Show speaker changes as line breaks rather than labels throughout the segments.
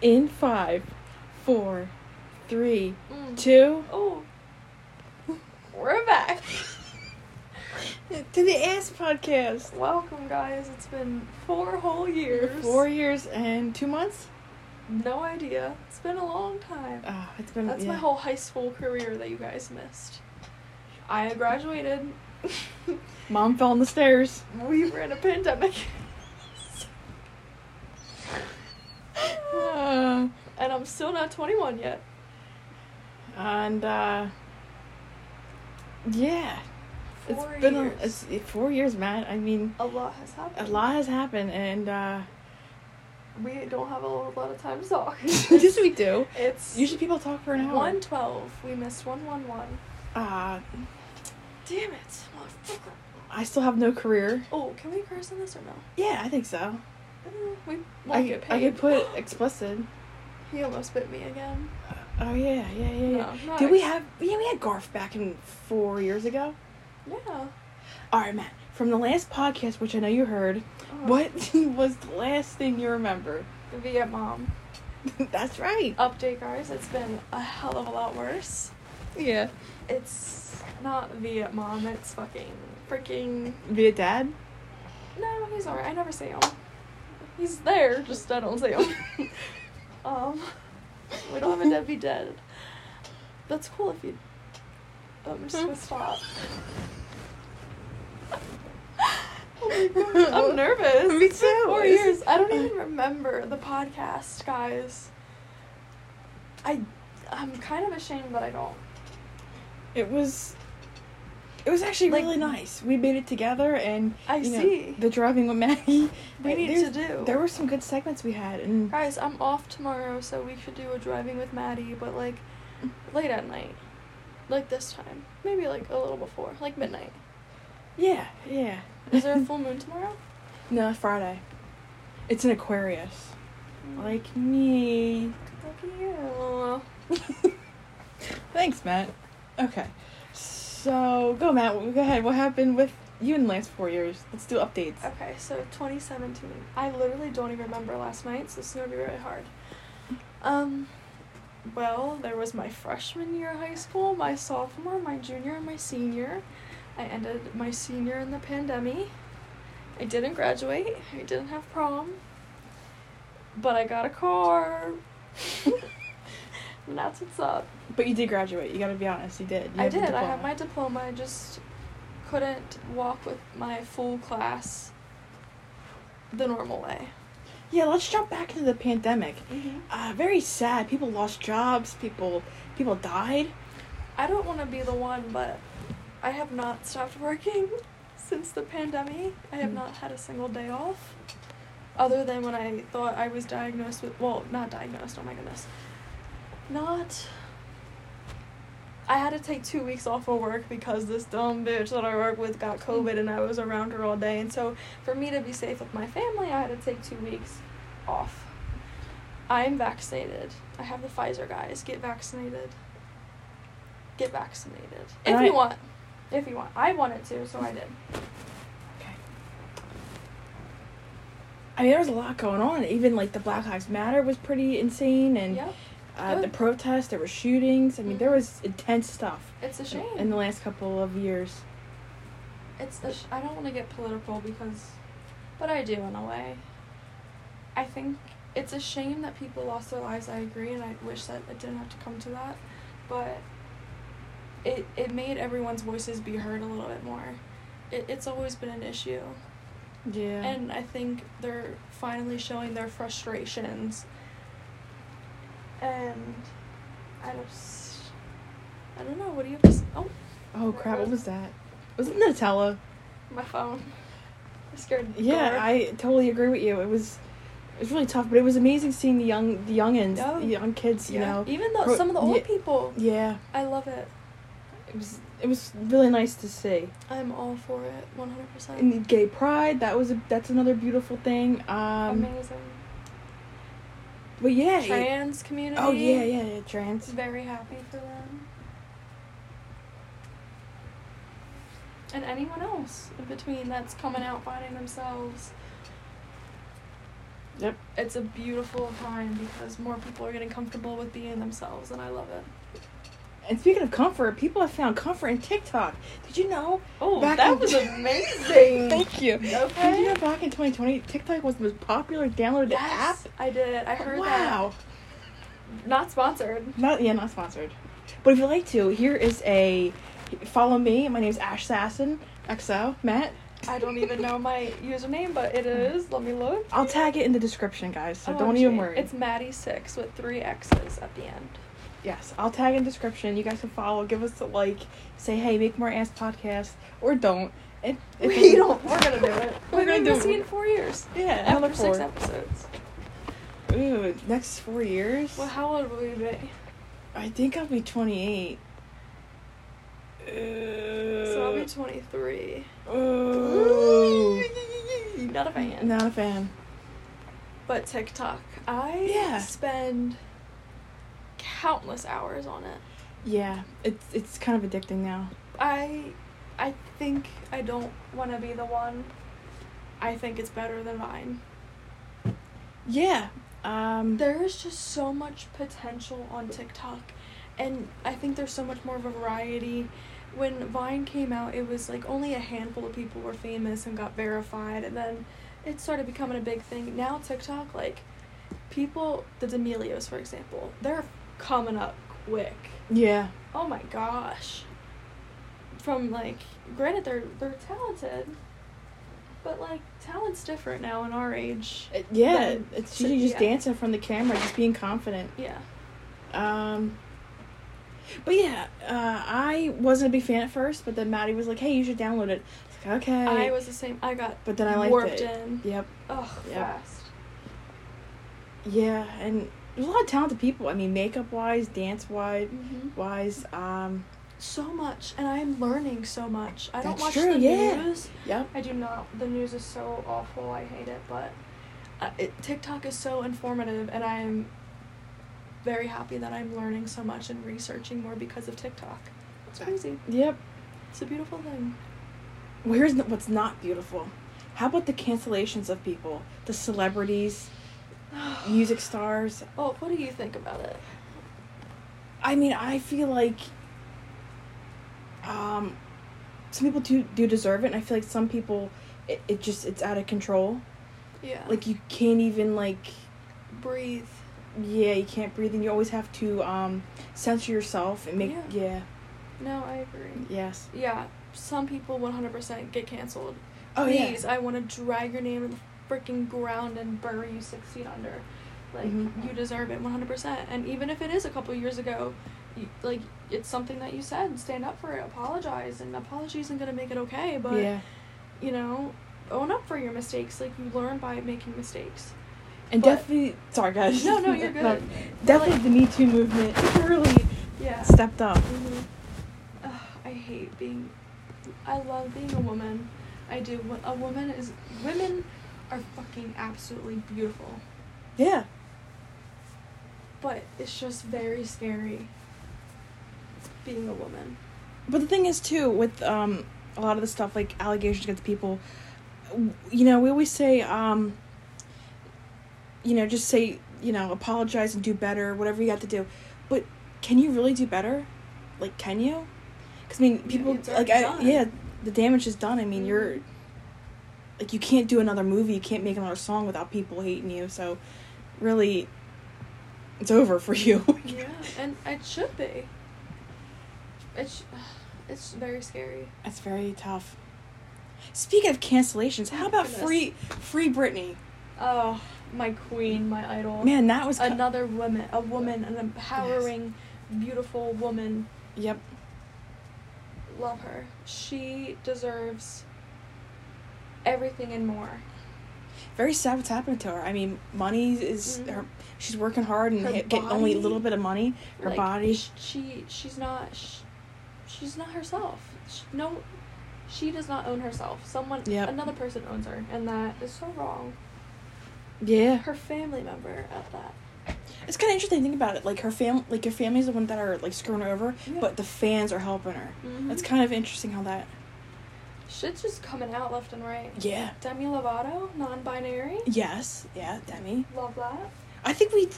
In five, four, three,
Mm.
two.
Oh, we're back.
To the Ass Podcast.
Welcome, guys. It's been four whole years.
Four years and two months.
No idea. It's been a long time.
Oh, it's been.
That's my
yeah.
whole high school career that you guys missed. I graduated.
Mom fell on the stairs.
we were in a pandemic.
Uh,
and I'm still not 21 yet.
and uh, yeah, it's
Four
been
years.
A, it's, it- four years, Matt. I mean,
a lot has happened.
a lot has happened, and uh,
We don't have a lot of time to talk.
yes, we do.
It's
Usually, people talk for an hour.
112. We missed 111.
Uh,
Damn it. motherfucker.
I still have no career.
Oh, can we curse on this or no?
Yeah, I think so.
Uh, We won't
I,
get
I
paid.
could put explicit.
he almost bit me again.
Oh yeah, yeah, yeah, yeah.
No, not
Did we
ex-
have? Yeah, we had Garf back in four years ago.
Yeah. Oh,
All right, Matt. From the last podcast, which I know you heard,
Oh,
what was the last thing you remember?
Vietnam.
That's right.
Update, guys. It's been a hell of a lot worse.
Yeah.
It's not Vietnam. It's fucking freaking.
Via dad.
No, he's alright. I never see him. He's there, just I don't see him. um, we don't have a Debbie dead. That's cool if you. um, I'm just gonna stop. oh my god, I'm nervous.
Me
It's been
too.
Four
It's-
years. I don't even remember the podcast, guys. I, I'm kind of ashamed that I don't.
It was. It was actually
Like-
really nice. We made it together, and
I
you know,
see.
the driving with Maggie.
We
Uh,
need
there's-
to do.
There were some good segments we had, and
Guys, I'm off tomorrow, so we should do a driving with Maddie, but like late at night. Like this time. Maybe like a little before, like midnight.
yeah, yeah.
Is there a full moon tomorrow?
No, Friday. It's an Aquarius, like me.
Look at you.
Thanks, Matt. Okay. So go, Matt. Go ahead. What happened with you in the last four years? Let's do updates.
Okay, so 2017. I literally don't even remember last night, so this is gonna be really hard. Um, well, there was my freshman year of high school, my sophomore, my junior, and my senior. I ended my senior in the pandemic. I didn't graduate. I didn't have prom. But I got a car. and that's what's up.
But you did graduate. You got to be honest. You did. You
I
have a
did. I have
diploma.
my diploma. I just couldn't walk with my full class the normal way.
Yeah. Let's jump back into the pandemic. Uh, very sad. People lost jobs. People people died.
I don't want to be the one, but I have not stopped working since the pandemic. I have
Mm.
not had a single day off. Other than when I thought I was diagnosed with, well, not diagnosed, oh my goodness. Not. I had to take two weeks off of work because this dumb bitch that I work with
Mm.
got COVID and I was around her all day. And so, for me to be safe with my family, I had to take two weeks off. I'm vaccinated. I have the Pfizer guys. Get vaccinated. Get vaccinated. If
And I-
you want. If you want. I wanted to, so I did.
Okay. I mean, there was a lot going on. Even like the Black Lives Matter was pretty insane, and
Yep.
uh,
Good.
the protests. There were shootings. I mean, there was intense stuff
It's a shame.
in the last couple of years.
It's a sh- I don't want to get political because, but I do in a way. I think it's a shame that people lost their lives. I agree, and I wish that it didn't have to come to that, but it it made everyone's voices be heard a little bit more. It, it's always been an issue,
Yeah.
and I think they're finally showing their frustrations. And I just I don't know. What do you have to? s- Oh,
Oh crap! What was that? Was it Nutella?
my phone. I scared.
Yeah,
Gar.
I totally agree with you. It was, it was really tough, but it was amazing seeing the young, the youngins,
Oh.
the young kids. You
Yeah.
know.
Even though
Pro-
some of the old
yeah.
people,
Yeah,
I love it.
it was. It was really nice to see.
I'm all for it, 100%.
And gay pride. That was a. That's another beautiful thing. Um,
Amazing.
but yeah. it-
Trans community.
oh yeah, yeah, yeah. Trans.
Very happy for them. And anyone else in between that's coming out finding themselves.
Yep.
It's a beautiful time because more people are getting comfortable with being themselves, and I love it.
And speaking of comfort, people have found comfort in TikTok. Did you know?
Oh,
Back
that
in-
was amazing.
Thank you.
Okay.
Did you know back in 2020, TikTok was the most popular downloaded
Yes,
app?
I did. I heard
wow.
that. Not sponsored.
Not yeah, not sponsored. But if you'd like to, here is a follow me. My name's Ash Sasson. XO Matt.
I don't even know my username, but it is. Let me look.
I'll tag it in the description, guys. So don't even
OMG.
worry.
It's Maddie six with three X's at the end.
yes, I'll tag in the description. You guys can follow. Give us a like. Say hey, make more ass podcast or don't. It, it
We
doesn't-
don't. We're gonna do it.
We're
We've
gonna
been
do
missing
it.
in four years.
Yeah, another
After six
four.
episodes.
Ooh, next four years.
Well, how old will we be?
I think I'll be 28. So
So I'll be
Uh,
23. Not a fan.
Not a fan.
But TikTok, I
Yeah.
spend countless hours on it.
Yeah, it's it's kind of addicting now.
I, I think I don't want to be the one. I think it's better than Vine.
Yeah. Um.
There is just so much potential on TikTok, and I think there's so much more variety. When Vine came out, it was like only a handful of people were famous and got verified, and then it started becoming a big thing. Now TikTok, like people, the D'Amelios, for example, they're coming up quick.
yeah.
Oh my gosh. From like, granted they're they're talented, but like talent's different now in our age.
It- Uh, yeah.
Then-
It's
so-
she's just
Uh, yeah.
dancing from the camera, just being confident.
Yeah.
Um. But yeah, uh, I wasn't a big fan at first, but then Maddie was like, "Hey, you should download it." I was like, okay.
I was the same. I got
but then I liked
warped
it.
in.
Yep.
Ugh,
Yeah.
fast.
Yeah, and there's a lot of talented people. I mean, makeup wise, dance wise,
hmm
wise. Um.
So much, and I'm learning so much. I don't
That's
watch
true,
the
yeah.
news.
Yep.
I do not. The news is so awful. I hate it. But uh, it, TikTok is so informative, and I am very happy that I'm learning so much and researching more because of TikTok. It's crazy.
Yep.
It's a beautiful thing.
Well, here's n- what's not beautiful. How about the cancellations of people, the celebrities, music stars?
Oh, what do you think about it?
I mean, I feel like um, some people do do deserve it, and I feel like some people, it, it just it's out of control.
Yeah.
Like you can't even like,
breathe.
yeah, you can't breathe, and you always have to um, censor yourself and make yeah,
No, I agree.
yes.
Yeah, some people 100% get canceled.
Oh
Please,
yeah.
I want to drag your name in the freaking ground and bury you six feet under. Like,
Mhm.
you deserve it 100%. And even if it is a couple years ago, you, like, it's something that you said. Stand up for it. Apologize. And apology isn't going to make it okay, but,
yeah.
you know, own up for your mistakes. Like, you learn by making mistakes.
And
but-
definitely, sorry guys.
No, no, you're
No,
good.
definitely,
Like-
the Me Too movement really
Yeah.
stepped up.
Mhm. Ugh, I hate being. I love being a woman. I do. Wo- A woman is. Women are fucking absolutely beautiful.
Yeah.
But it's just very scary being a woman.
But the thing is, too, with um, a lot of the stuff like allegations against people, w- you know, we always say, um, you know, just say, you know, apologize and do better, whatever you have to do. But can you really do better? Like, can you? Because I mean,
Yeah,
people
it's
like,
already
I,
done.
yeah, the damage is done. I mean, you're
Mhm.
like, you can't do another movie, you can't make another song without people hating you. So, really, it's over for you.
Yeah, and it should be. It's. It's very scary.
That's very tough. Speaking of cancellations, how
Oh,
about
goodness.
free free Britney?
Oh, my queen, my idol.
Man, that was co-
Another woman, a woman, an empowering, beautiful woman
Yep.
love her. She deserves everything and more.
Very sad what's happened to her. I mean, money is
Mhm.
her. She's working hard and
Her
ha- getting only a
body,
little bit of money. Her
Like,
body.
sh- She she's not sh- she's not herself. Sh no, she does not own herself. Someone
Yep.
another person owns her, and that is so wrong.
yeah.
Her family member at that.
It's kind of interesting. to Think about it. Like her fam, like your family's the one that are like screwing her over,
Yeah.
but the fans are helping her.
Mhm.
That's kind of interesting how that.
Shit's just coming out left and right.
Yeah.
Demi Lovato, non-binary.
Yes. Yeah, Demi.
Love that.
I think we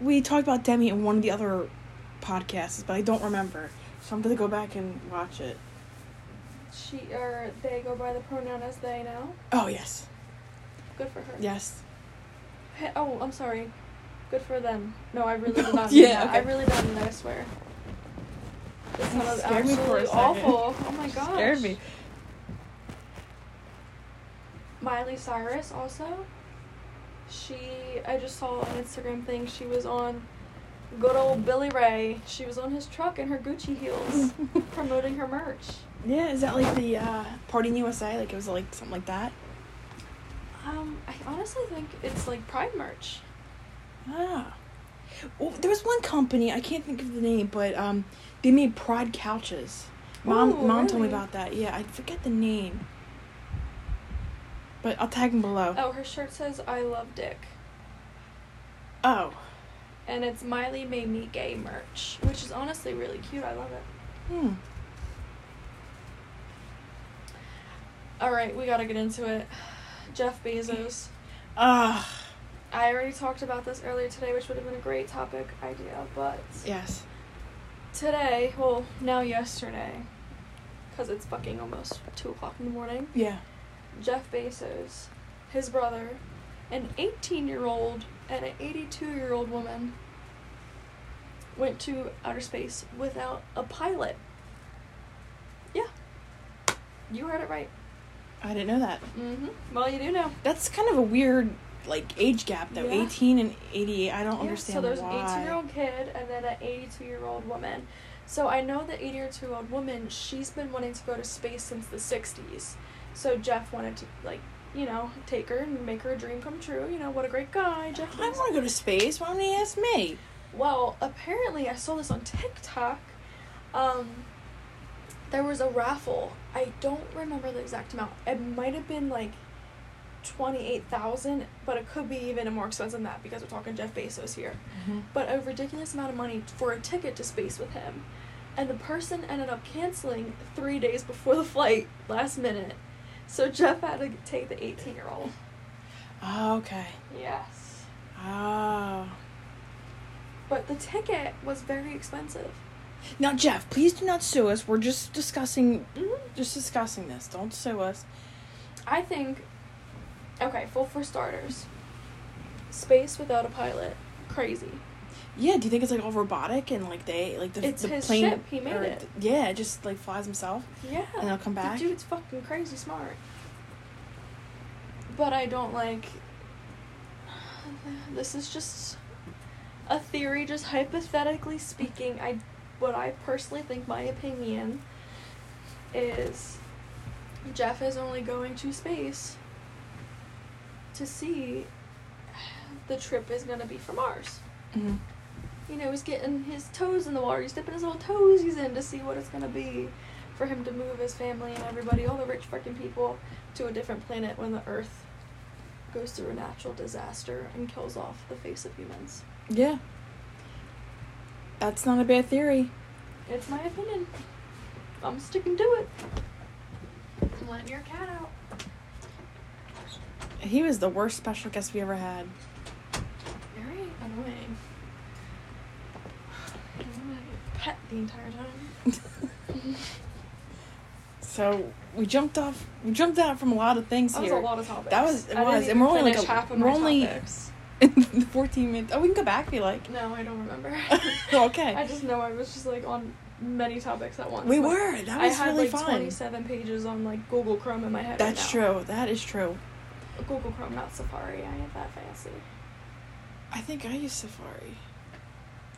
we talked about Demi in one of the other podcasts, but I don't remember. So I'm gonna go back and watch it.
She or they go by the pronoun as they now.
Oh yes.
Good for her.
Yes.
Hey, oh, I'm sorry. Good for them. No, I really did not.
Yeah,
yeah,
okay.
I really didn't. I swear. This
That
sounds
scared me for a
absolutely
second.
awful. Oh my gosh.
Scared me.
Miley Cyrus also. She, I just saw an Instagram thing. She was on good old Billy Ray. She was on his truck in her Gucci heels, promoting her merch.
Yeah, is that like the uh, Party in USA? Like it was like something like that.
Um, I honestly think it's like Pride merch.
Ah. Well, there was one company I can't think of the name, but um, they made Pride couches. Mom,
Ooh,
mom told me
really?
about that. Yeah, I forget the name, but I'll tag them below.
Oh, her shirt says "I love Dick,"
Oh.
and it's Miley made me gay merch, which is honestly really cute. I love it.
Hmm.
All right, we gotta get into it. Jeff Bezos.
Ah.
I already talked about this earlier today, which would have been a great topic idea, but
yes.
today, well, now yesterday, because it's fucking almost 2 o'clock in the morning,
Yeah.
Jeff Bezos, his brother, an 18 year old, and an 82 year old woman went to outer space without a pilot. Yeah. You heard it right.
I didn't know that.
hmm. Well, you do know.
That's kind of a weird like age gap though.
Yeah.
18 and 88. I don't
Yeah,
understand
So there's
why.
an 18 year old kid and then an 82 year old woman. So I know the 82 year old woman, she's been wanting to go to space since the 60s. So Jeff wanted to, like, you know, take her and make her a dream come true. You know, what a great guy, Jeff.
I
is.
want to go to space. Why don't they ask me?
Well, apparently, I saw this on TikTok. Um, there was a raffle. I don't remember the exact amount. It might have been like twenty-eight thousand, but it could be even more expensive than that because we're talking Jeff Bezos here. But a ridiculous amount of money for a ticket to space with him, and the person ended up canceling three days before the flight, last minute. So Jeff had to take the eighteen-year-old.
Oh, okay.
Yes.
Oh.
But the ticket was very expensive.
Now, Jeff, please do not sue us. We're just discussing,
Mm-hmm.
just discussing this. Don't sue us.
I think, okay, well, for starters, space without a pilot, crazy.
Yeah. Do you think it's like all robotic and like they like the
It's
the
his
plane?
ship. He made
or
it.
th- yeah, it just like flies himself
Yeah.
and they'll come back.
The dude's fucking crazy smart. But I don't like. This is just a theory, just hypothetically speaking. I, what I personally think, my opinion, is Jeff is only going to space to see the trip is gonna be for Mars. Mm-hmm.
Mhm.
you know, he's getting his toes in the water. He's dipping his little toes he's in to see what it's gonna be for him to move his family and everybody, all the rich fucking people, to a different planet when the Earth goes through a natural disaster and kills off the face of humans.
Yeah. That's not a bad theory.
It's my opinion. I'm sticking to it. I'm letting your cat out.
He was the worst special guest we ever had.
Very annoying. I'm like a Pet the entire time.
So we jumped off. We jumped out from a lot of things
That was
here.
a lot of topics.
That was- it
I didn't
was, and
even
we're only like
finish
a-
half of
we're
my
only-
topics.
the 14 minutes. Oh, we can go back if you like.
No, I don't remember.
Okay.
I just know I was just like on many topics at once.
We
Like,
were. That was
I had
really
like
fun.
27 pages on like Google Chrome in my head.
That's
right now.
true. That is true.
Google Chrome, not Safari. I ain't that fancy.
I think I use Safari.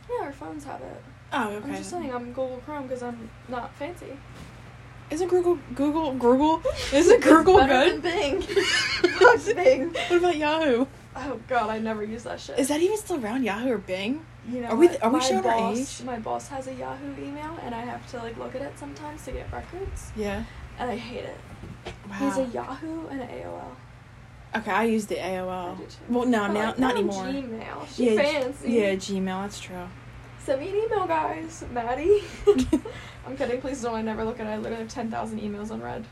Yeah, our phones have it.
Oh, okay.
I'm just saying I'm Google Chrome because I'm not fancy.
Isn't Google Google Google? Isn't Google
Better
good?
Than Bing. Fuck Bing.
What about Yahoo?
Oh god, I never use that shit.
Is that even still around? Yahoo or Bing?
you know
are we-
what?
are we
my
showing our
boss,
age?
My boss has a Yahoo email, and I have to like look at it sometimes to get records,
Yeah.
and I hate it.
Wow.
He's a Yahoo and an AOL.
okay, I use the
I
AOL.
do too.
Well, no,
I'm
now
like,
not
"Oh,
anymore.
Gmail. She
yeah,
fancy.
yeah, Gmail. That's true.
Send me an email, guys. Maddie. I'm kidding. Please don't. I never look at it. I literally have 10,000 emails unread.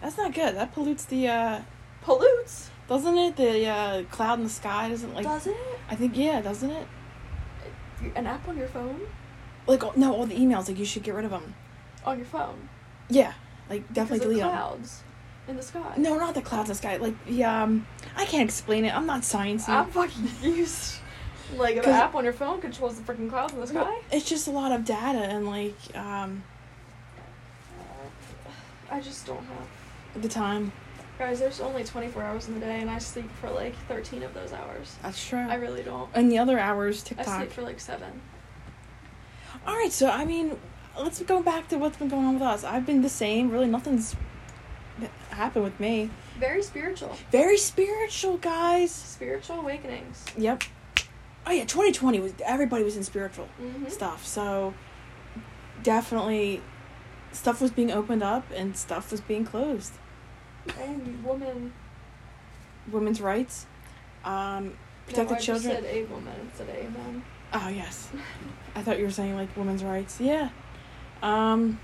That's not good. That pollutes the uh
Pollutes.
doesn't it? The uh cloud in the sky doesn't like
Does it? Uh,
I think yeah, doesn't it?
An app on your phone?
Like all- no, all the emails like you should get rid of them.
On your phone.
Yeah. Like
Because
definitely
of
delete them.
clouds in the sky.
No, not the clouds in the sky. Like the um I can't explain it. I'm not sciencey.
I'm fucking used. Like an
'Cause-
app on your phone controls the freaking clouds in the sky.
It's just a lot of data and like um
I just don't have.
the time.
Guys, there's only 24 hours in the day, and I sleep for like 13 of those hours.
That's true.
I really don't.
and the other hours
I
Uh, TikTok.
sleep for like seven.
All right, so I mean, let's go back to what's been going on with us. I've been the same. Really, nothing's happened with me.
Very spiritual.
Very spiritual, guys.
Spiritual awakenings.
Yep. Oh yeah, twenty twenty was everybody was in spiritual
Mm-hmm.
stuff. So definitely, stuff was being opened up and stuff was being closed.
And woman.
Women's rights. Um,
no,
protect the
I just
children.
said a woman instead of a man.
Oh yes, I thought you were saying like women's rights. Yeah. Um.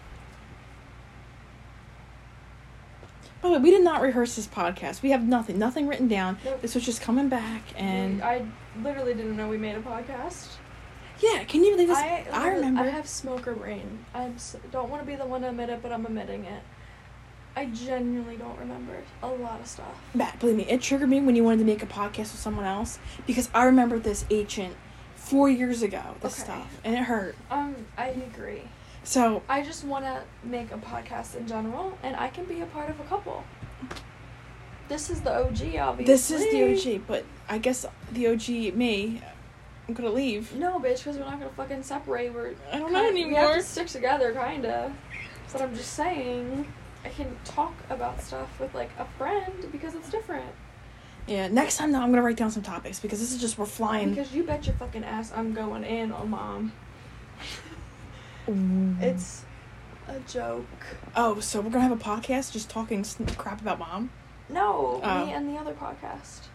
By the way, we did not rehearse this podcast. We have nothing, nothing written down.
Nope.
This was just coming back, and
We- I literally didn't know we made a podcast.
yeah, can you believe this?
I,
I remember.
I have smoker brain. I s- don't want to be the one to admit it, but I'm admitting it. I genuinely don't remember a lot of stuff.
Matt, believe me, it triggered me when you wanted to make a podcast with someone else because I remember this ancient four years ago. This
Okay.
stuff, and it hurt.
Um, I agree.
So
I just want to make a podcast in general, and I can be a part of a couple. This is the OG, obviously.
this is the OG, but I guess the OG me, I'm gonna leave.
No, bitch, because we're not gonna fucking separate. We're
I don't know
kinda- We have
anymore.
to stick together, kinda. But I'm just saying, I can talk about stuff with like a friend because it's different.
Yeah, next time though, I'm gonna write down some topics because this is just we're flying.
Because you bet your fucking ass I'm going in on mom. It's a joke.
oh, so we're gonna have a podcast just talking sn- crap about mom.
No,
Oh.
me and the other podcast.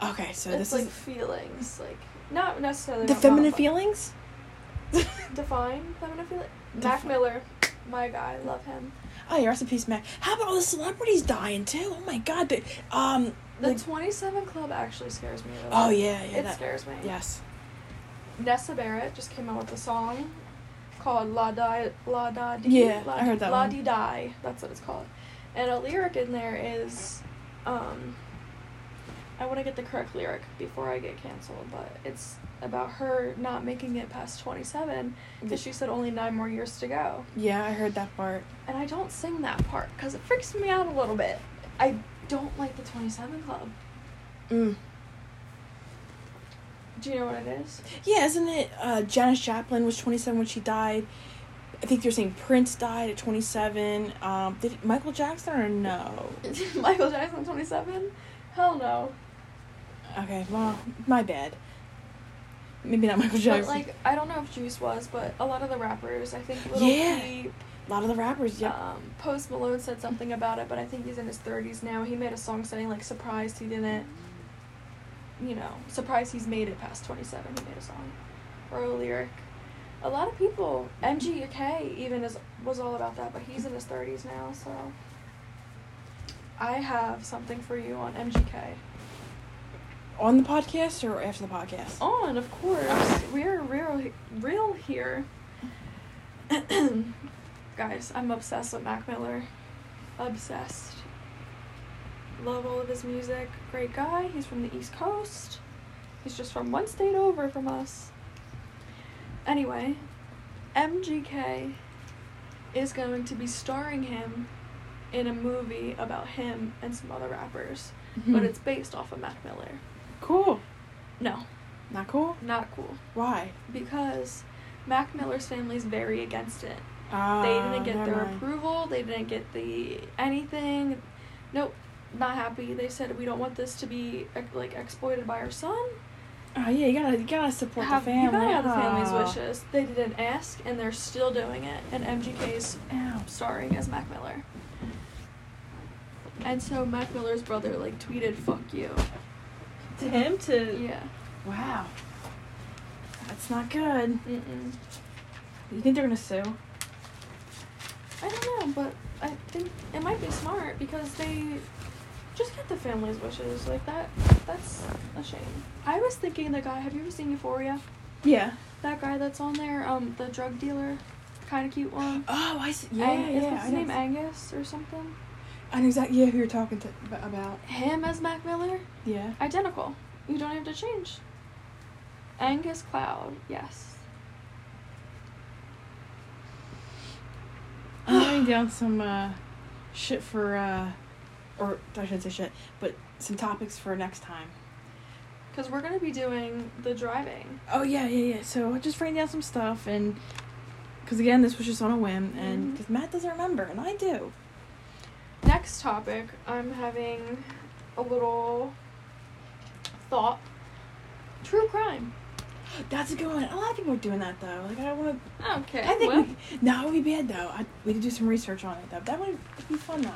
Okay, so
it's
this
like
is
feelings, like not necessarily
the
about mom,
feminine
but-
feelings.
Define feminine feeling. Mac
Defi-
Miller, my guy, love him.
Oh, yeah, rest in peace, Mac. How about all the celebrities dying too? Oh my God, the, um,
The
like-
27 Club actually scares me. a little
oh
bit.
yeah, yeah,
it
that-
scares me.
yes.
Nessa Barrett just came out with a song called La Di La Da Di.
Yeah,
La
I heard that
La
one.
Di Di. That's what it's called. And a lyric in there is, um, I want to get the correct lyric before I get canceled, but it's about her not making it past 27 because she said only nine more years to go.
Yeah, I heard that part.
And I don't sing that part because it freaks me out a little bit. I don't like the 27 Club.
Mm.
Do you know what it is?
Yeah, isn't it? Uh, Janis Joplin was 27 when she died. I think they're saying Prince died at 27. Um, did Michael Jackson or no?
Michael Jackson 27? Hell no.
Okay, well, my bad. Maybe not Michael Jackson.
But like, I don't know if Juice was, but a lot of the rappers, I think Little
Yeah.
Peep,
a lot of the rappers, yeah.
um, Post Malone said something about it, but I think he's in his 30s now. He made a song saying like, surprised he didn't, you know, surprised he's made it past 27. He made a song or a lyric. A lot of people, MGK even is was all about that, but he's in his 30s now, so. I have something for you on MGK.
On the podcast or after the podcast?
on, of course. We're real, real here. Guys, I'm obsessed with Mac Miller. Obsessed. Love all of his music. Great guy. He's from the East Coast. He's just from one state over from us. Anyway, MGK is going to be starring him in a movie about him and some other rappers, but
Mhm.
it's based off of Mac Miller.
cool.
No,
Not cool?
not cool
Why?
because Mac Miller's family's very against it.
Uh,
they didn't get
never
their
mind.
approval. They didn't get the anything. Nope, not happy. They said we don't want this to be ex- like exploited by our son.
Oh yeah, you gotta you gotta support
have,
the family. Ah.
You gotta have the family's
Aw.
wishes. They didn't ask, and they're still doing it. And MGK's
Ow.
starring as Mac Miller. And so Mac Miller's brother like tweeted "fuck you."
To him to
Yeah.
Wow. That's not good.
Mm-mm.
You think they're gonna sue?
I don't know. wrong, but I think it might be smart because they just get the family's wishes. Like that that's a shame. I was thinking the guy have you ever seen Euphoria?
Yeah.
That guy that's on there, um, the drug dealer, kinda cute one.
Oh, I see. Yeah,
Ang- is
yeah.
what's
I
his
know
name
ex-
Angus or something?
I know exactly yeah, who you're talking to ab- about.
Him as Mac Miller?
Yeah.
Identical. You don't have to change. Angus Cloud, yes.
I'm writing down some uh, shit for, uh, or I shouldn't say shit, but some topics for next time.
Because we're going to be doing the driving.
Oh yeah, yeah, yeah. So I just writing down some stuff, and because again, this was just on a whim, and
Mhm.
because Matt doesn't remember, and I do.
Next topic, I'm having a little thought. True crime.
That's a good one. A lot of people are doing that though. Like I want to.
Okay.
I think
well,
we, no, it would be bad though. I, we could do some research on it though. That would be fun though.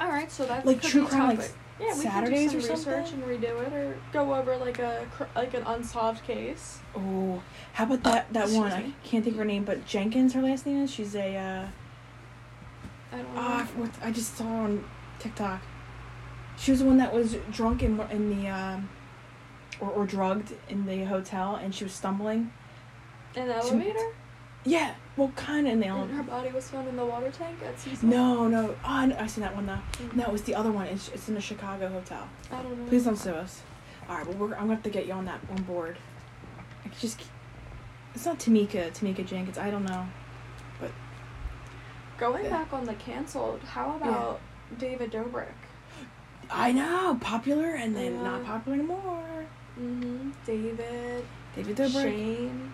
all right, so that's
Like
could
true
be
crime, like
topic. yeah, we
Saturdays
can
or
do some research
something?
and redo it, or go over like a cr- like an unsolved case.
Oh, how about that? That
Excuse
one I
me.
can't think of her name, but Jenkins, her last name is. She's a. Uh,
I don't know.
Ah, what I just saw her on TikTok. She was the one that was drunk in in the um, or or drugged in the hotel, and she was stumbling.
An elevator.
Yeah, well, kind of in the
And her
elevator.
body was found in the water tank at Seaside.
No, no. Oh, I kn- I seen that one now.
Mm.
No, it was the other one. It's it's in the Chicago hotel.
I don't know.
Please don't sue us. All right, well, we're, I'm gonna have to get you on that on board. I could just. It's not Tamika, Tamika Jenkins. I don't know.
Going
Yeah.
back on the canceled, how about David Dobrik?
I know, popular and then
Yeah.
not popular anymore.
Mm-hmm. David.
David Dobrik, Shane.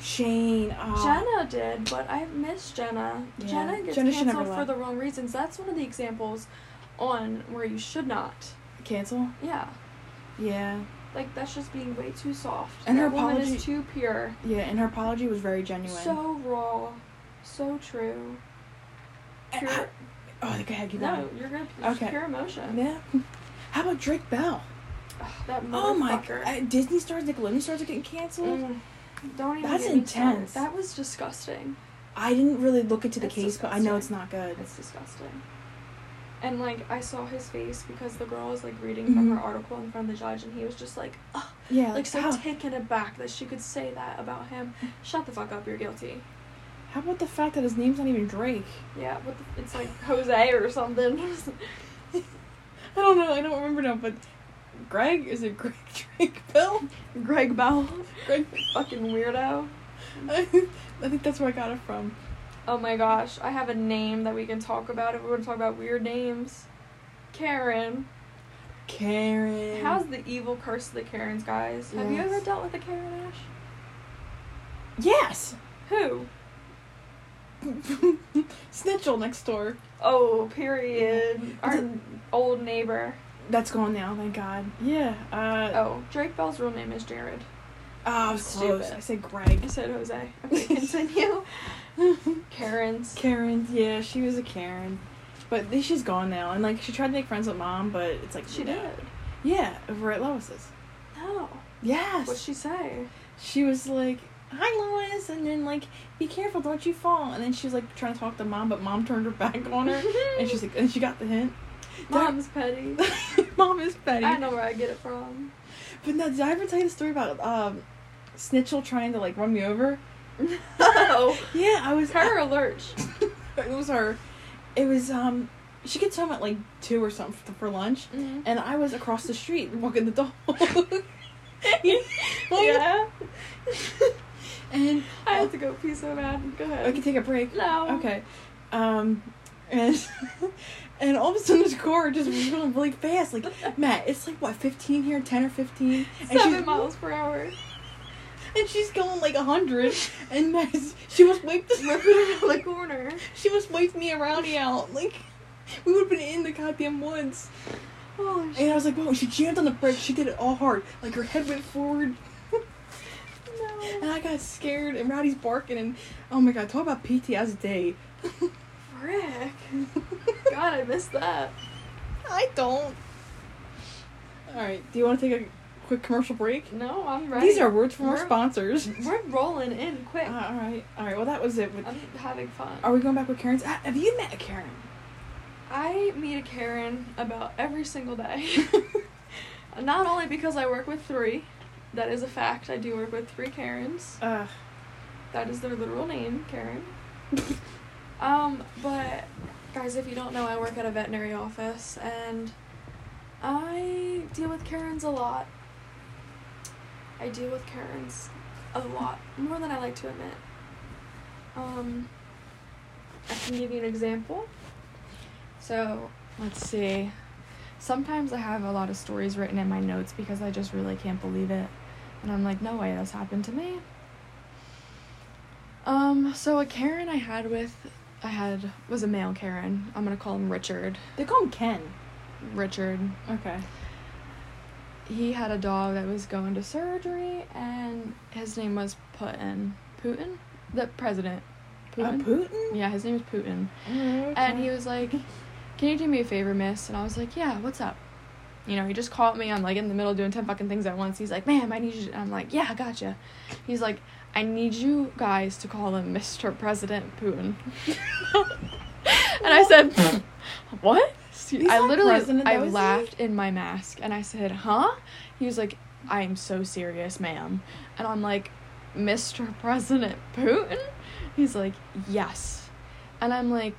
Shane.
oh.
Jenna did, but I miss Jenna.
Yeah.
Jenna gets
Jenna should never
canceled for
laugh.
the wrong reasons. That's one of the examples on where you should not.
cancel.
Yeah.
Yeah,
Like that's just being way too soft.
And
that
her
woman
apology-
is too pure.
yeah, and her apology was very genuine.
So raw. So true.
And
Pure
I- oh, go ahead, keep
No,
going.
you're gonna it's
Okay.
pure emotion.
Yeah. How about Drake Bell?
Ugh, that motherfucker.
Oh my god, uh, Disney stars, Nickelodeon stars are getting canceled.
Mm. Don't even
That's
get me started.
intense.
That was disgusting.
I didn't really look into the
That's
case, but I know it's not good.
It's disgusting. And like I saw his face because the girl was like reading from her
Mhm.
article in front of the judge, and he was just like, Ugh,
Yeah,
like so
how,
taken aback that she could say that about him. Shut the fuck up, you're guilty.
how about the fact that his name's not even Drake?
Yeah, what the, it's like Jose or something.
I don't know. I don't remember now, but Greg is it Greg Drake Bell?
Greg Bell,
Greg.
fucking weirdo.
I think that's where I got it from.
Oh my gosh, I have a name that we can talk about if we want to talk about weird names. Karen.
Karen.
How's the evil curse of the Karens, guys? Have you
Yes.
ever dealt with a Karen Ash?
Yes.
Who?
Snitchell next door.
Oh, period. Our
Th-
old neighbor.
That's gone now, thank God. Yeah. Uh,
Oh, Drake Bell's real name is Jared.
Ah, I was close.
Stupid.
I said
I
Greg.
said Jose. Okay, continue. Karen's.
Karen, yeah, she was a Karen. But th- she's gone now. And, like, she tried to make friends with mom, but it's like.
She
no.
did.
Yeah, over at Lois's.
No.
Yes.
What'd she say?
she was like, Hi, Lois. And then, like, be careful, don't you fall. And then she was, like, trying to talk to mom, but mom turned her back on her. and she's like, and she got the hint.
Mom's petty.
mom is petty.
I know where I get it from.
But now, did I ever tell you the story about, um, Snitchell trying to, like, run me over?
oh,
Yeah, I was.
her or Lurch?
it was her. It was um. She gets home at like two or something for, for lunch,
Mhm.
and I was across the street walking the dog.
yeah.
And
I have to go pee so bad. Go ahead.
I can take a break.
No.
Okay. Um. And and all of a sudden this car just was going really fast. Like Matt, it's like what fifteen here, ten or fifteen, and
Seven
she's
miles per hour.
and she's going like hundred. And Matt, she was wiped.
Ripping around the corner.
She was wiped me around out. Like we would have been in the goddamn woods.
Holy
And I
shit.
was like, whoa, she jammed on the brake. She did it all hard. Like her head went forward. And
No.
I got scared and Rowdy's barking and oh my god, talk about PT as a day.
Frick.
god.
God, I missed that.
I don't. Alright, do you want to take a quick commercial break?
No, I'm ready.
These are words from our
We're-
sponsors.
We're rolling in quick.
Uh, all right, all right. Well, that was it. With,
I'm having fun.
are we going back with Karen's? Ah, have you met a Karen?
I meet a Karen about every single day. Not only because I work with three, that is a fact. I do work with three Karens.
Uh,
That is their literal name, Karen. um, but guys, if you don't know, I work at a veterinary office and I deal with Karens a lot. I deal with Karens a lot, more than I like to admit. Um, I can give you an example. So, let's see. Sometimes I have a lot of stories written in my notes because I just really can't believe it. And I'm like, no way, that's happened to me. Um, so a Karen I had with, I had, was a male Karen. I'm gonna call him Richard.
they call him Ken.
Richard.
Okay.
He had a dog that was going to surgery, and his name was Putin. Putin? The president.
Uh, Putin.
Yeah, his name is Putin.
Okay.
And he was like, Can you do me a favor, miss? And I was like, Yeah, what's up? You know, he just caught me. I'm like in the middle of doing 10 fucking things at once. He's like, Ma'am, I need you. to-" I'm like, Yeah, gotcha. He's like, I need you guys to call him Mr. President Putin. and I said, What?
He's
I
not
literally
president,
I
though, is he?
laughed in my mask and I said, Huh? He was like, I am so serious, ma'am. And I'm like, Mr. President Putin? He's like, Yes. And I'm like,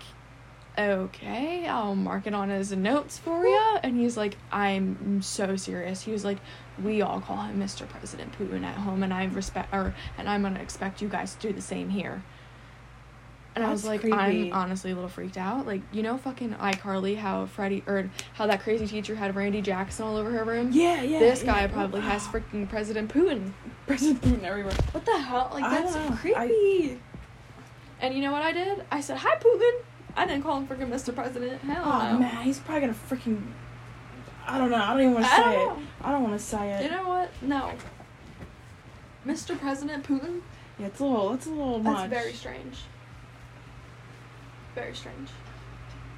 okay, I'll mark it on his notes for you. And he's like, I'm so serious. He was like, we all call him Mr. President Putin at home, and I respect, or and I'm gonna expect you guys to do the same here. And I was like,
That's
I'm
creepy.
honestly a little freaked out. Like, you know, fucking iCarly, how Freddie or how that crazy teacher had Randy Jackson all over her room.
Yeah, yeah.
this guy
yeah.
probably
Oh,
has
wow.
freaking President Putin.
President Putin everywhere.
What the hell? Like
I
that's
don't know.
creepy. And you know what I did? I said, "Hi, Putin." I didn't call him freaking Mr. President. Hell
Oh
no.
man, he's probably gonna freaking. I don't know. I don't even want to
I
say
don't
it.
know.
I don't want to say it.
You know what? No. Mr. President Putin.
yeah, it's a little. It's a little
That's
much.
very strange. Very strange.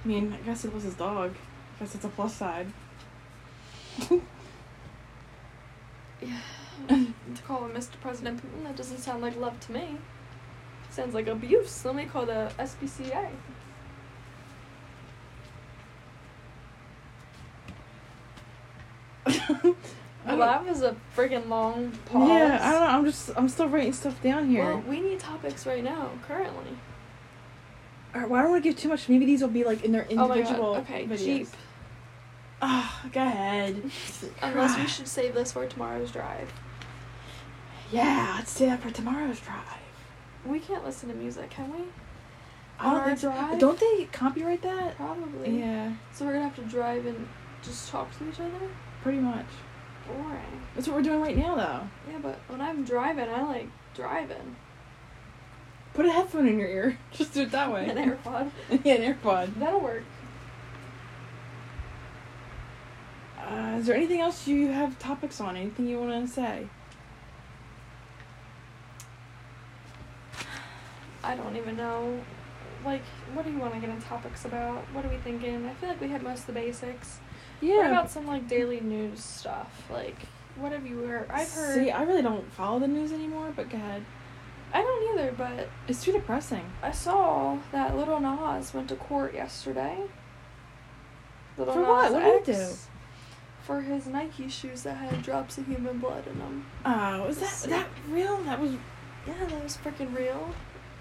I mean, I guess it was his dog. I guess it's a plus side.
Yeah. to call him Mr. President Putin, that doesn't sound like love to me. Sounds like abuse. Let me call the SPCA. Well,
I
that was a freaking long
don't-
pause.
yeah, I don't know. I'm just. I'm still writing stuff down here.
Well, we need topics right now, currently.
All right, well, I don't want to give too much. Maybe these will be like in their individual.
oh my god. Okay,
videos.
Jeep.
Ah, go ahead.
Unless we should save this for tomorrow's drive.
Yeah, let's do that for tomorrow's drive.
We can't listen to music, can we?
I
On
don't
our
think so.
drive?
Don't they copyright that?
Probably.
Yeah,
So we're gonna have to drive and just talk to each other?
pretty much.
Boring.
That's what we're doing right now, though.
Yeah, but when I'm driving, I like driving.
Put a headphone in your ear. Just do it that way.
An AirPod.
yeah, an AirPod.
That'll work.
Uh, is there anything else you have topics on? Anything you want to say?
I don't even know. Like, what do you want to get on topics about? What are we thinking? I feel like we had most of the basics. What about some like daily news stuff? Like, what have you heard? I've heard.
See, I really don't follow the news anymore, but go ahead.
I don't either, but
It's too depressing.
I saw that Little Nas went to court yesterday. Little
For what? What did he
X, For his Nike shoes that had drops of human blood in them.
Oh, is that that real? That was
Yeah, that was freaking real.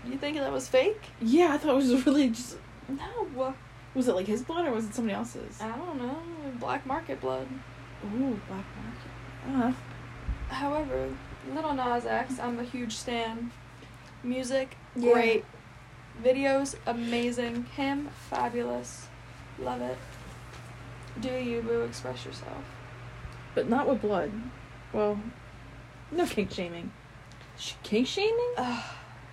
You think that was fake?
yeah. I thought it was really just.
No.
Was it like his blood or was it somebody else's?
I don't know. Black market blood.
Ooh, black market. Uh,
However, Little Nas X, I'm a huge stan. Music,
Yeah.
great. Videos, amazing. Him, fabulous. Love it. Do you, boo, express yourself.
but not with blood. Well, no kink shaming. Sh- kink shaming?
Ugh,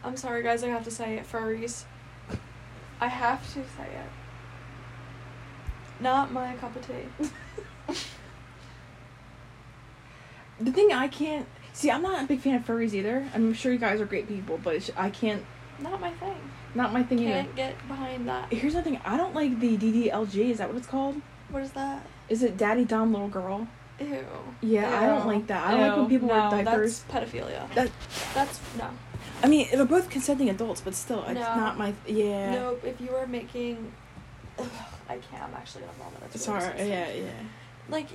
I'm sorry, guys. I have to say it. Furries. I have to say it. Not my cup of tea.
The thing I can't see. I'm not a big fan of furries either. I'm sure you guys are great people, but it's, I can't.
Not my thing.
Not my thing either.
Can't get behind that.
Here's the thing. I don't like the DDLG. Is that what it's called?
What is that?
Is it Daddy Dom Little Girl?
Ew.
Yeah, I don't
Ew.
like that. I don't like when
Ew.
people wear
No, that's-
diapers.
That's pedophilia.
That-
that's no.
I mean, they're both consenting adults, but still, it's
No.
not my. yeah.
No, if you are making, Ugh, I can't. I'm actually in a moment. That's
It's
really
hard.
disgusting.
Yeah, yeah.
Like,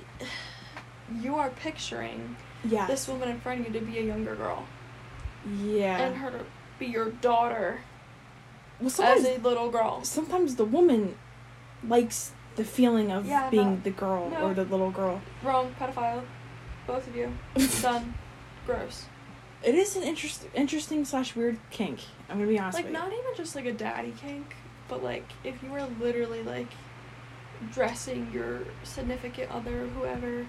you are picturing
Yeah.
this woman in front of you to be a younger girl
yeah.
and her to be your daughter
well, sometimes,
as a little girl.
sometimes the woman likes the feeling of
Yeah,
being
no.
the girl
No.
or the little girl.
Wrong, pedophile. Both of you. Done. Gross.
It is an interest, interesting slash weird kink. I'm gonna be honest
Like
with you.
not even just like a daddy kink, but like if you were literally like dressing your significant other, whoever,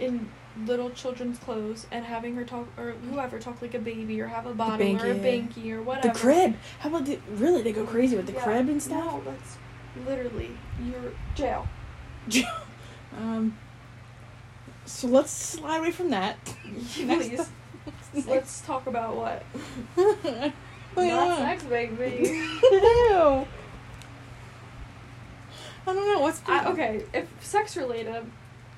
in little children's clothes and having her talk or whoever talk like a baby or have a bottle or a
binky.
binky or whatever.
the crib. How about the really? They go crazy with the
Yeah.
crib and stuff.
No, that's literally your jail.
um. So let's slide away from that.
Please. Let's talk about what.
Wait,
Not
uh,
sex, baby.
Ew. I don't know what's the
I, okay, if sex related,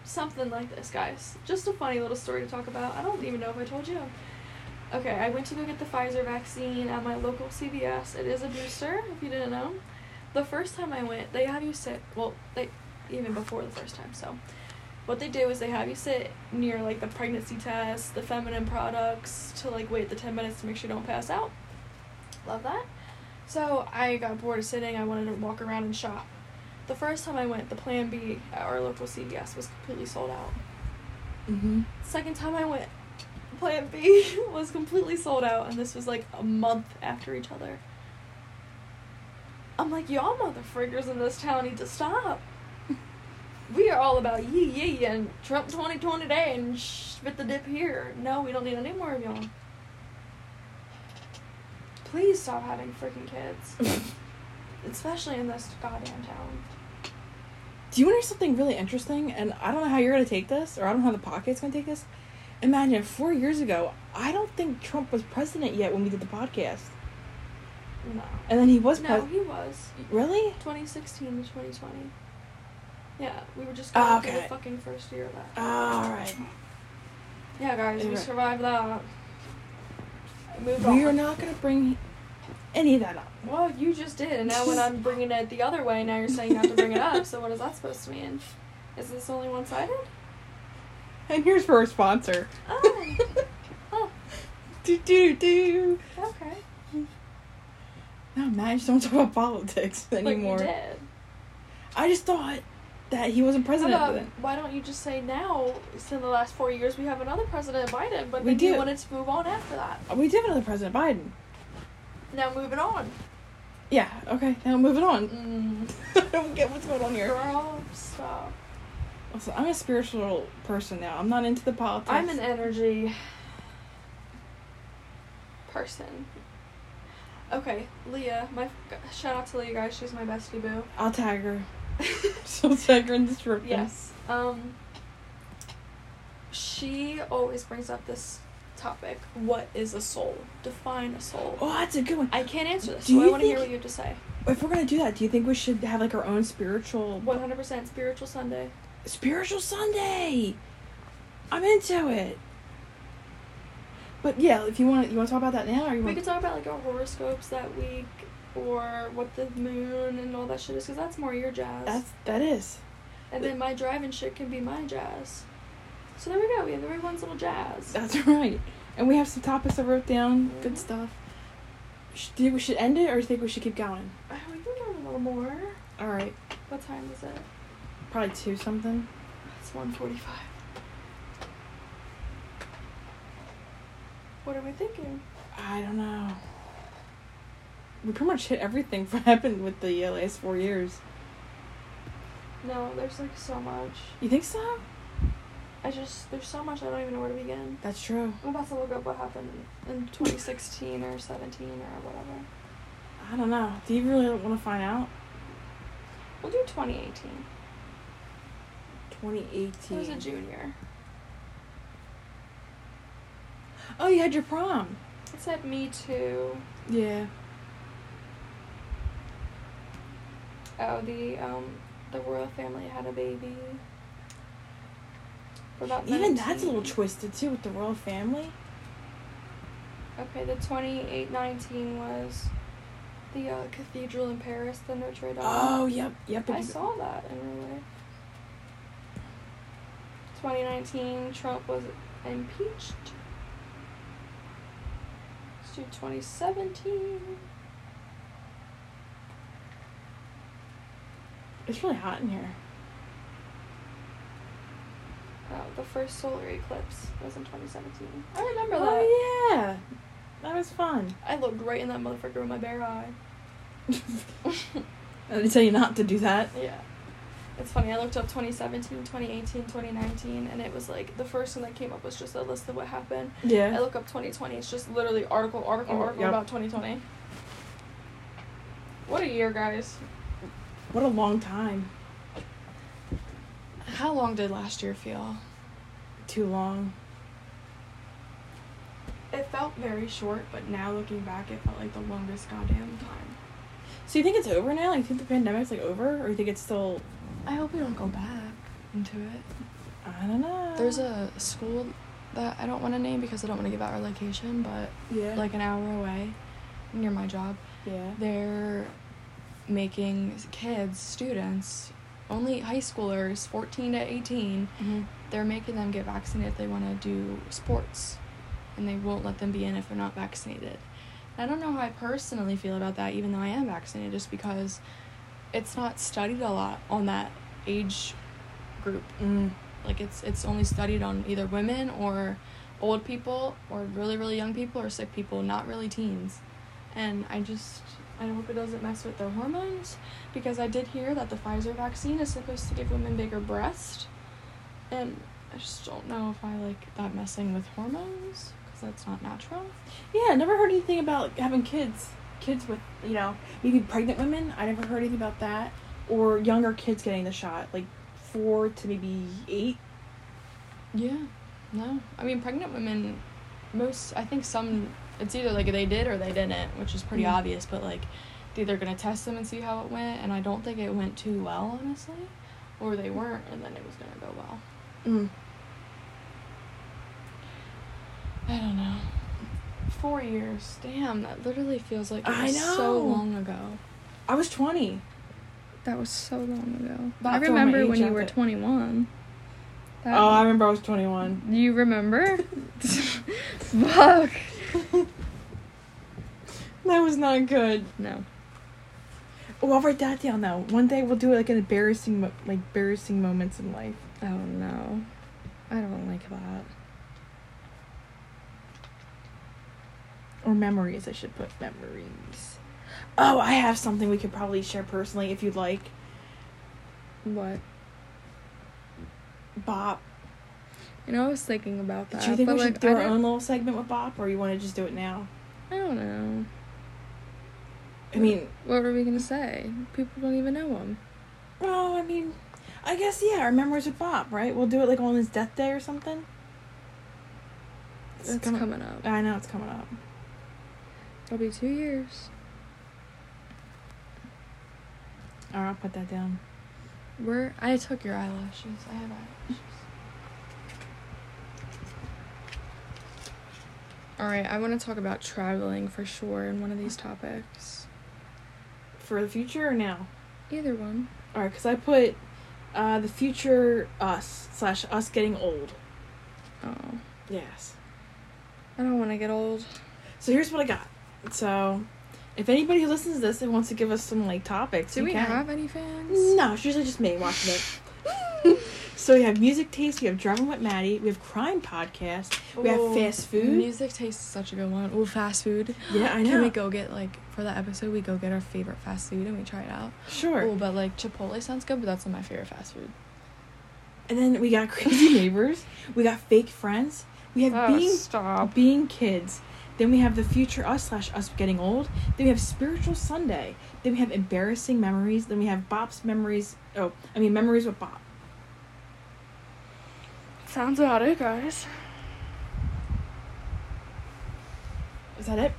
something like this, guys. Just a funny little story to talk about. I don't even know if I told you. Okay, I went to go get the Pfizer vaccine at my local CVS. It is a booster, if you didn't know. The first time I went, they have you sit. Well, they even before the first time. So, what they do is they have you sit near like the pregnancy test, the feminine products to like wait the ten minutes to make sure you don't pass out. Love that. So I got bored of sitting. I wanted to walk around and shop. The first time I went, the Plan B at our local CVS was completely sold out.
Mhm.
Second time I went, Plan B was completely sold out, and this was like a month after each other. I'm like, y'all motherfuckers in this town need to stop. We are all about yee yee and Trump 2020 day and shh, spit the dip here. No, we don't need any more of y'all. Please stop having freaking kids. Especially in this goddamn town.
Do you want to hear something really interesting? And I don't know how you're going to take this, or I don't know how the pocket's going to take this. Imagine four years ago, I don't think Trump was president yet when we did the podcast,
No.
and then he was
no,
president.
he was.
Really?
2016 to 2020. Yeah, we were just going
Ah,
through the
okay.
fucking first year of that.
All right.
Yeah, guys, we
Alright.
survived that. I moved on.
We are not going to bring any of that up.
Well, you just did, and now when I'm bringing it the other way, now you're saying you have to bring it up. So what is that supposed to mean? Is this only one-sided?
And here's for our sponsor.
Oh. Oh.
Do do do.
Okay.
No, man, I just don't talk about politics anymore.
But you did.
I just thought that he wasn't
How
president
about,
then.
why don't you just say now, in the last four years, we have another President Biden, but
We
then you
do.
wanted to move on after that.
We did have another President Biden.
Now moving on.
Yeah, okay, now moving on.
Mm.
I don't get what's going on here.
Girl, stop.
Listen, I'm a spiritual person now. I'm not into the politics.
I'm an energy person. Okay, Leah, my shout out to Leah, guys. She's my bestie boo.
I'll tag her. She'll tag her in the strip.
yes. Um. She always brings up this topic. What is a soul? Define a soul.
Oh, that's a good one.
I can't answer this,
Do
so I
you
want to hear
think-
what you have to say.
If we're gonna do that, do you think we should have like our own spiritual
100% spiritual Sunday.
spiritual Sunday? I'm into it. But yeah, if you want, you want to talk about that now, or you
We
want?
could talk about like our horoscopes that week, or what the moon and all that shit is, because that's more your jazz.
that's that is.
And then my driving shit can be my jazz. So there we go. We have everyone's little jazz.
That's right. And we have some topics I wrote down.
Mm-hmm.
Good stuff. Sh- Do you think we should end it, or do you think we should keep going?
Oh, we can learn a little more.
All right,
What time is it?
probably two something.
It's 1.45. What are we thinking?
I don't know. We pretty much hit everything that happened with the uh, last four years.
No, there's like so much.
You think so?
I just, there's so much I don't even know where to begin.
That's true.
I'm about to look up what happened in 2016 or 17 or whatever.
I don't know. Do you really want to find out?
We'll do 2018. I was a
2018.
junior.
Oh, you had your prom.
It said me too.
Yeah.
Oh, the um, the royal family had a baby. We're about
Even that's a
19.
little twisted too with the royal family.
Okay, the 2819 was the uh, cathedral in Paris, the Notre Dame.
Oh, yep, yep.
I
it-
saw that in real life. 2019, Trump was impeached. Let's do 2017.
It's really hot in here.
Oh, the first solar eclipse was in 2017. I remember that.
Oh yeah, that was fun.
I looked right in that motherfucker with my bare eye.
I did tell you not to do that.
Yeah. It's funny, I looked up 2017, 2018, 2019, and it was like the first one that came up was just a list of what happened. I
Yeah.
look up 2020, it's just literally article, article,
Oh,
article
yep.
about 2020. What a year, guys.
What a long time.
How long did last year feel?
Too long.
It felt very short, but now looking back, it felt like the longest goddamn time.
So you think it's over now? Like, you think the pandemic's like over, or you think it's still?
I hope we don't go back into it.
I don't know.
There's a school that I don't want to name because I don't want to give out our location, but
yeah.
like an hour away near my job,
yeah.
they're making kids, students, only high schoolers, 14 to 18,
hmm
they're making them get vaccinated if they want to do sports. And they won't let them be in if they're not vaccinated. I don't know how I personally feel about that, even though I am vaccinated, just because it's not studied a lot on that age group
Mm.
like it's it's only studied on either women or old people or really really young people or sick people not really teens and i just i hope it doesn't mess with their hormones because i did hear that the pfizer vaccine is supposed to give women bigger breasts and i just don't know if i like that messing with hormones because that's not natural
Yeah. I Never heard anything about having kids. Kids with you know maybe pregnant women. I never heard anything about that. Or younger kids getting the shot, like four to maybe eight.
yeah no i mean pregnant women most i think some it's either like they did or they didn't which is pretty
Mhm.
obvious but like they're either going to test them and see how it went and i don't think it went too well honestly or they weren't and then it was going to go well
Mm.
i don't know four years damn that literally feels like it
I
was
know.
so long ago
I was twenty.
that was so long ago
But I That's all my remember age when you were outfit.
21
Oh, I remember I was twenty one.
you remember fuck
That was not good.
no
Oh, I'll write that down now. One day we'll do like an embarrassing, mo- like embarrassing moments in life.
Oh no. I don't like that.
or memories i should put memories oh i have something we could probably share personally if you'd like
What?
bop
You know, I was thinking about that.
do you think
but
we should
like,
do
I,
our
don't,
own little segment with bop or you want to just do it now
I don't know.
i mean
What were we gonna say? People don't even know him.
well i mean i guess yeah our memories with bop right we'll do it like on his death day or something
It's coming, up.
i know it's coming up
It'll be two years.
all right i'll put that down
Where I took your eyelashes. I have eyelashes. All right, I want to talk about traveling for sure in one of these topics.
for the future or now
Either one.
all right because i put uh the future us slash us getting old
Oh,
yes
I don't want to get old.
So here's what I got. So, if anybody who listens to this and wants to give us some like topics,
Do
you
we
can.
have any fans?
No, it's usually just me watching it. so we have music taste. We have driving with Maddie. We have crime podcast. We have
Ooh.
fast food.
Music tastes is such a good one. Ooh, fast food.
Yeah, I know.
Can we go get like for that episode? We go get our favorite fast food and we try it out.
Sure.
Ooh, but like Chipotle sounds good, but that's not my favorite fast food.
And then we got crazy neighbors. We got fake friends. We have being
Oh, stop.
being kids. Then we have the future us slash us getting old. Then we have spiritual Sunday. Then we have embarrassing memories. Then we have Bop's memories. Oh, I mean memories with Bop.
Sounds about it, guys.
Is that it?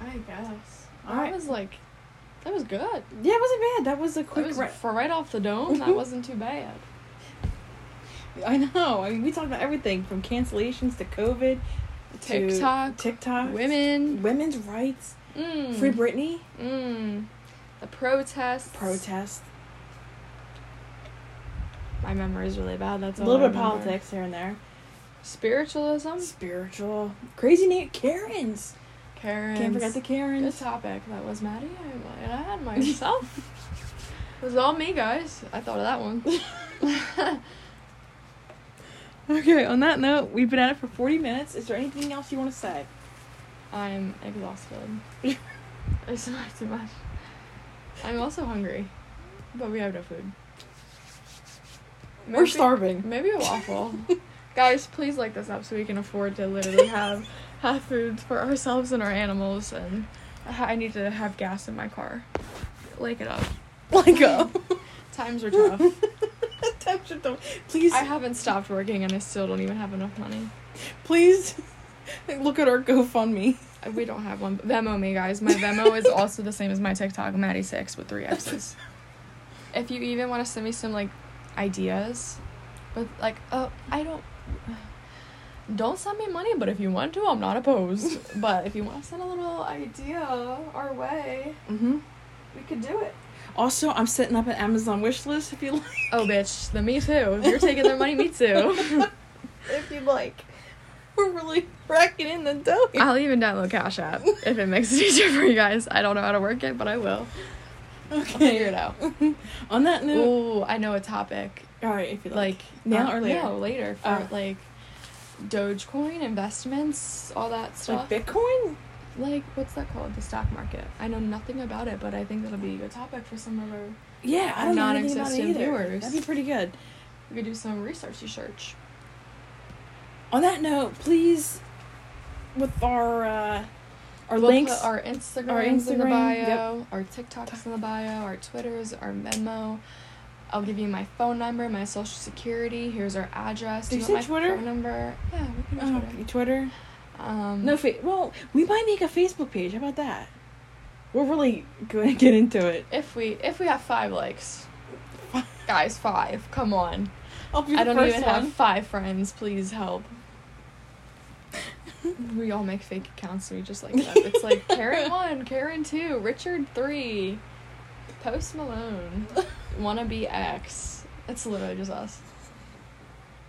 I guess.
All
that
right.
was like, that was good.
Yeah, it wasn't bad. That was a
That
quick.
was
ra-
for right off the dome. That wasn't too bad.
I know. I mean, we talked about everything from cancellations to COVID to
TikTok,
TikTok,
Women.
women's rights,
Mm.
Uh, free Britney,
Mm. The protests.
protest,
My memory is really bad. That's
a
all
little
Oh, I
bit of
remember.
politics here and there,
Spiritualism.
spiritual, crazy name, Karens.
Karen.
Can't forget the
Good
Karens.
topic. That was Maddie. I, I had myself. it was all me, guys. I thought of that one.
Okay. On that note, we've been at it for forty minutes. Is there anything else you want to say?
I'm exhausted. I smoked too much. I'm also hungry, but we have no food.
We're
Maybe-
starving.
Maybe a waffle. Guys, please like this up so we can afford to literally have have food for ourselves and our animals. And I ha- I need to have gas in my car. Like it up.
Like go.
Times are tough.
please,
I haven't stopped working and I still don't even have enough money.
please look at our GoFundMe.
I- We don't have one. Venmo me, guys. My Venmo is also the same as my TikTok, Maddie6 with three X's. If you even want to send me some, like, ideas, but, like, oh, I don't. Don't send me money, but if you want to, I'm not opposed. but if you want to send a little idea our way,
Mm-hmm.
we could do it.
Also, I'm setting up an Amazon wish list if you like.
Oh, bitch, the me too. If you're taking their money, me too.
if you like. We're really racking in the dough. here.
I'll even download Cash App if it makes it easier for you guys. I don't know how to work it, but I will. I'll figure it out.
On that note,
Ooh, I know a topic.
all right, if you like,
Like
now
uh,
or later?
No, later for
Oh.
like Dogecoin investments, all that stuff.
like Bitcoin.
like what's that called? The stock market. I know nothing about it, but I think that'll be a good topic for some of our.
Yeah, I don't know anything about it
Non-existent
either.
viewers.
That'd be pretty good.
We could do some research. Research.
On that note, please, with our uh, our
We'll
links,
put our Instagrams in the
Instagram,
bio, our TikToks in the bio, our Twitters, our Venmo. I'll give you my phone number, my social security. Here's our address.
Did
Do
you
want
say
my
Twitter?
phone number? Yeah, we can do
oh,
Twitter.
Twitter.
Um,
No, fa- well, we might make a Facebook page. How about that? We're really going to get into it.
if we if we have five likes, guys, five. Come on.
I'll be the
I don't
first
even
one.
have five friends. Please help. we all make fake accounts. We just like that. It's like Karen one, Karen two, Richard three, Post Malone, wanna be X. It's literally just us.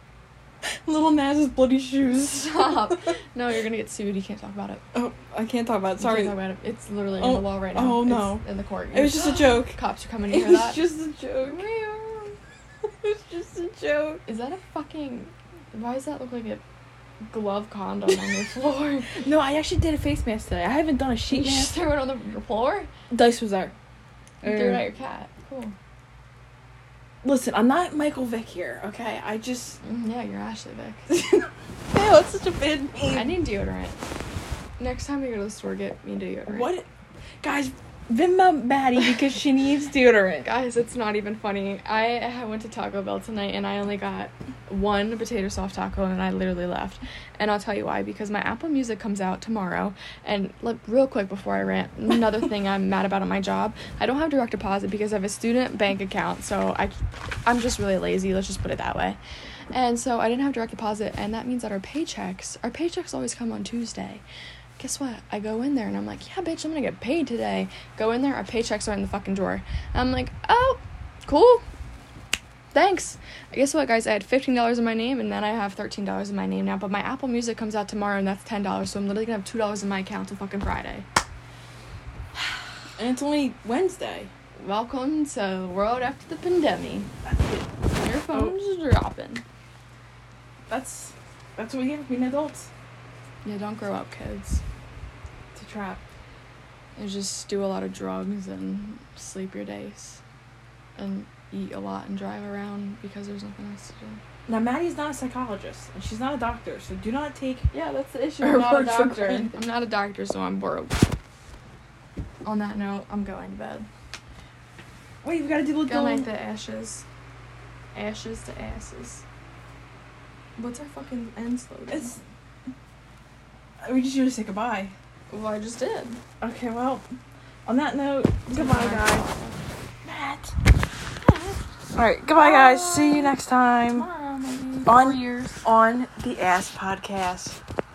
Little Naz's bloody shoes.
Stop. no, you're gonna get sued. You can't talk about it.
Oh, I can't talk about it.
You can't
Sorry.
talk about it. It's literally
Oh,
in the law right now.
oh,
It's
no.
in the court.
It was just a joke.
Cops are coming to
It
hear
was
that.
just a joke. It was just a joke.
Is that a fucking? Why does that look like a glove condom on the floor?
No, I actually did a face mask today. I haven't done a
you
sheet
just
mask.
threw it on the floor.
Dice was there.
You threw it
Er,
at your cat. Cool.
Listen, I'm not Michael Vick here, okay? I just.
Mm, yeah, you're Ashley Vick.
Ew, that's such a bad name.
I need deodorant. Next time you go to the store, get me deodorant.
What? Guys, Vimma Maddie because she needs deodorant.
Guys, it's not even funny. I I went to Taco Bell tonight and I only got one potato soft taco and I literally left. And I'll tell you why because my Apple Music comes out tomorrow. And like real quick before I rant, another thing I'm mad about at my job, I don't have direct deposit because I have a student bank account. So I, I'm just really lazy. Let's just put it that way. And so I didn't have direct deposit, and that means that our paychecks, our paychecks always come on Tuesday guess what? I go in there and I'm like, yeah, bitch, I'm gonna get paid today. Go in there, our paychecks are in the fucking drawer. I'm like, oh, cool. Thanks. Guess what, guys? I had fifteen dollars in my name, and then I have thirteen dollars in my name now. But my Apple Music comes out tomorrow, and that's ten dollars. So I'm literally gonna have two dollars in my account till fucking Friday.
And it's only Wednesday.
Welcome to the world after the pandemic. Your phone's dropping.
That's that's what we get for being adults.
Yeah, don't grow up, kids.
It's a trap.
And just do a lot of drugs and sleep your days, and eat a lot and drive around because there's nothing else to do.
Now Maddie's not a psychologist and she's not a doctor, so do not take
Yeah, that's the issue.
I'm Or not a work for doctor. granted.
I'm not a doctor, so I'm broke. On that note, I'm going to bed.
Wait, we gotta do the
Go like
little
the ashes. Ashes to asses. What's our fucking end slogan?
It's we just need to say goodbye.
well, I just did.
Okay, well, on that note, goodbye guys. Matt. Alright, goodbye guys. See you next time.
Tomorrow, maybe. four
On-
years.
on the ass podcast.